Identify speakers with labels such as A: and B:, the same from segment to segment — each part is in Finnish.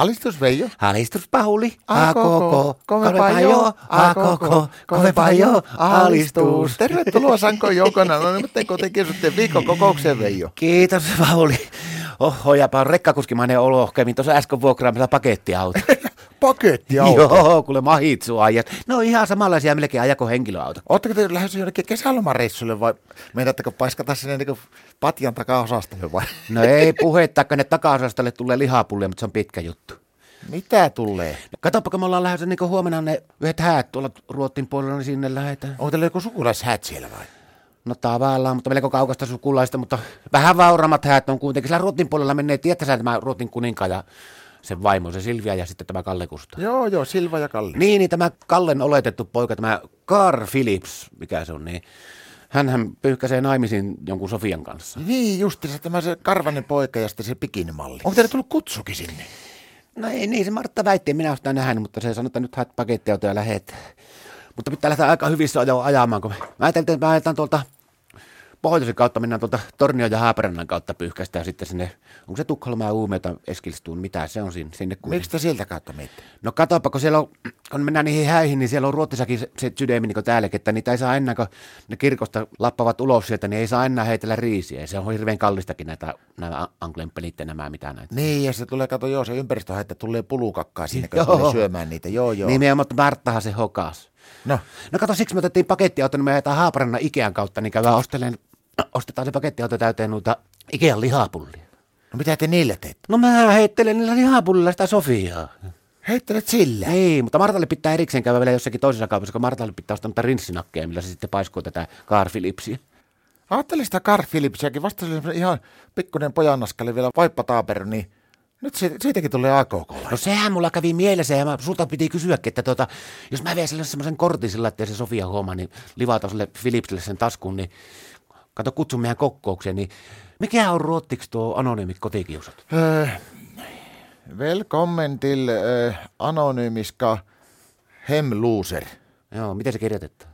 A: Alistus Veijo.
B: Alistus Pauli,
A: A koko, kovempaa jo, a koko, kovempaa jo, alistus. Tervetuloa Sankoon joukona, no nyt kotikirjoitte viikon kokoukseen Veijo.
B: Kiitos Pauli. Oho, japa on rekkakuskimainen olo, kävin tuossa äsken vuokraamassa pakettiauto.
A: Paketti
B: Joo, kuule mahitsu ajat. No ihan samanlaisia melkein ajako henkilöauto.
A: Oletteko te lähdössä jonnekin kesälomareissulle vai meidättekö paiskata sinne niin patjan takaosastolle vai?
B: No ei puhettakaan, ne takaosastolle tulee lihapullia, mutta se on pitkä juttu.
A: Mitä tulee?
B: Katoppa, kun me ollaan lähdössä niin huomenna ne yhdet häät tuolla Ruotin puolella, niin sinne lähdetään.
A: Onko teillä joku sukulaishäät siellä vai?
B: No tavallaan, mutta melko kaukasta sukulaista, mutta vähän vauramat häät on kuitenkin. Sillä Ruotin puolella menee, tietäsä tämä Ruotin kuninkaan ja sen vaimo, se Silvia ja sitten tämä Kalle Kusta.
A: Joo, joo, Silva ja Kalli.
B: Niin, niin tämä Kallen oletettu poika, tämä Carl Phillips, mikä se on, niin hänhän pyyhkäisee naimisiin jonkun Sofian kanssa.
A: Niin, justiinsa tämä se karvanen poika ja sitten se pikinen malli. Onko teille tullut kutsukin sinne?
B: No ei niin, se Martta väitti, en minä olen sitä nähnyt, mutta se sanoi, että nyt haet pakettiautoja ja lähet. Mutta pitää lähteä aika hyvissä ajoin ajamaan, kun mä ajattelin, että me ajetaan tuolta pohjoisen kautta, mennään tuolta Tornion ja Haaparannan kautta pyyhkäistään sitten sinne, onko se Tukholma ja Uumeita, Eskilstuun, niin mitä se on sinne, sinne kuin.
A: Miksi te sieltä kautta miettii?
B: No katsopa, kun siellä on, kun mennään niihin häihin, niin siellä on Ruotsissakin se, se sydämi niin kuin täälläkin, että niitä ei saa enää, kun ne kirkosta lappavat ulos sieltä, niin ei saa enää heitellä riisiä. Ja Se on hirveän kallistakin näitä, nämä anklempelit ja nämä mitä näitä.
A: Niin, ja se tulee, kato, joo, se ympäristöhaitta tulee pulukakkaa sinne, kun
B: Joo. Niin.
A: tulee syömään niitä. Joo, joo.
B: Joo. Nimenomaan, mutta Marttahan se hokas.
A: No,
B: No kato, siksi me otettiin pakettiauto, niin me ajetaan Haaparannan Ikean kautta, niin käydään ostelen, ostetaan se pakettiauto täyteen noita Ikean lihapullia.
A: no mitä te niillä teette?
B: No mä heittelen niillä lihapullilla sitä Sofiaa.
A: Heittelet sillä.
B: Ei, mutta Martalle pitää erikseen käydä vielä jossakin toisessa kaupassa, kun Martalle pitää ostaa noita rinssinakkeja, millä se sitten paiskuu tätä Carl Philipsia.
A: Ajattelin sitä Carl Philipsiäkin, vasta se oli semmonen ihan pikkuinen pojanaskali vielä vaippataapero, niin nyt siitä, siitäkin tulee AKK.
B: No sehän mulla kävi mielessä ja mä, sulta piti kysyäkin, että tota, jos mä vien sille semmoisen kortin sillä, että se Sofia huomaa, niin livata sille Philipsille sen taskuun, niin kato kutsun meidän kokoukseen, niin mikä on ruottiksi tuo anonyymit kotikiusat?
A: Öö, Velkommen till öö, anonyymiska hemluuser.
B: Joo, miten se kirjoitetaan?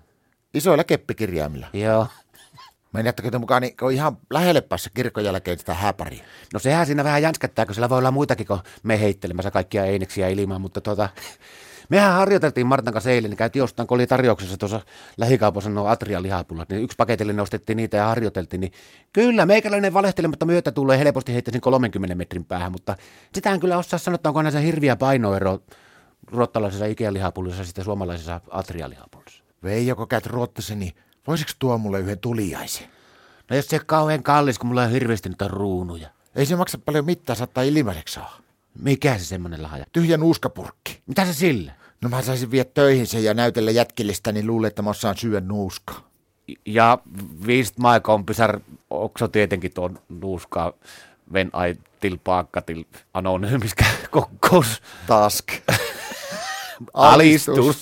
A: Isoilla keppikirjaimilla.
B: Joo.
A: Mennättekö te mukaan, niin kun on ihan lähelle päässä kirkon jälkeen sitä häpäriä.
B: No sehän siinä vähän jänskättää, kun siellä voi olla muitakin kuin me heittelemässä kaikkia eineksiä ilmaan, mutta tota, mehän harjoiteltiin Martan kanssa eilen, niin käytiin jostain, kun oli tarjouksessa tuossa lähikaupassa nuo Atrian lihapullat, niin yksi paketillinen ostettiin niitä ja harjoiteltiin, niin kyllä meikäläinen valehtelematta myötä tulee helposti heittäisin 30 metrin päähän, mutta sitä en kyllä osaa sanoa, että onko näissä hirviä painoero ruottalaisessa Ikean lihapullossa ja sitten suomalaisessa Atrian lihapullossa.
A: Veijo, kun käyt ruottasi, niin voisiko tuo mulle yhden tuliaisen?
B: No jos se on kauhean kallis, kun mulla on hirveästi niitä ruunuja.
A: Ei se maksa paljon mitään, saattaa ilmaiseksi saa.
B: Mikä se semmonen lahja?
A: Tyhjä nuuskapurkki.
B: Mitä se sillä?
A: No mä saisin viedä töihin sen ja näytellä jätkillestä, niin luulee, että mä osaan syödä nuuskaa.
B: Ja vist my kompisar, okso tietenkin tuon nuuskaa ven ai til paakka til anonyymiskä kokkous.
A: Task.
B: Alistus.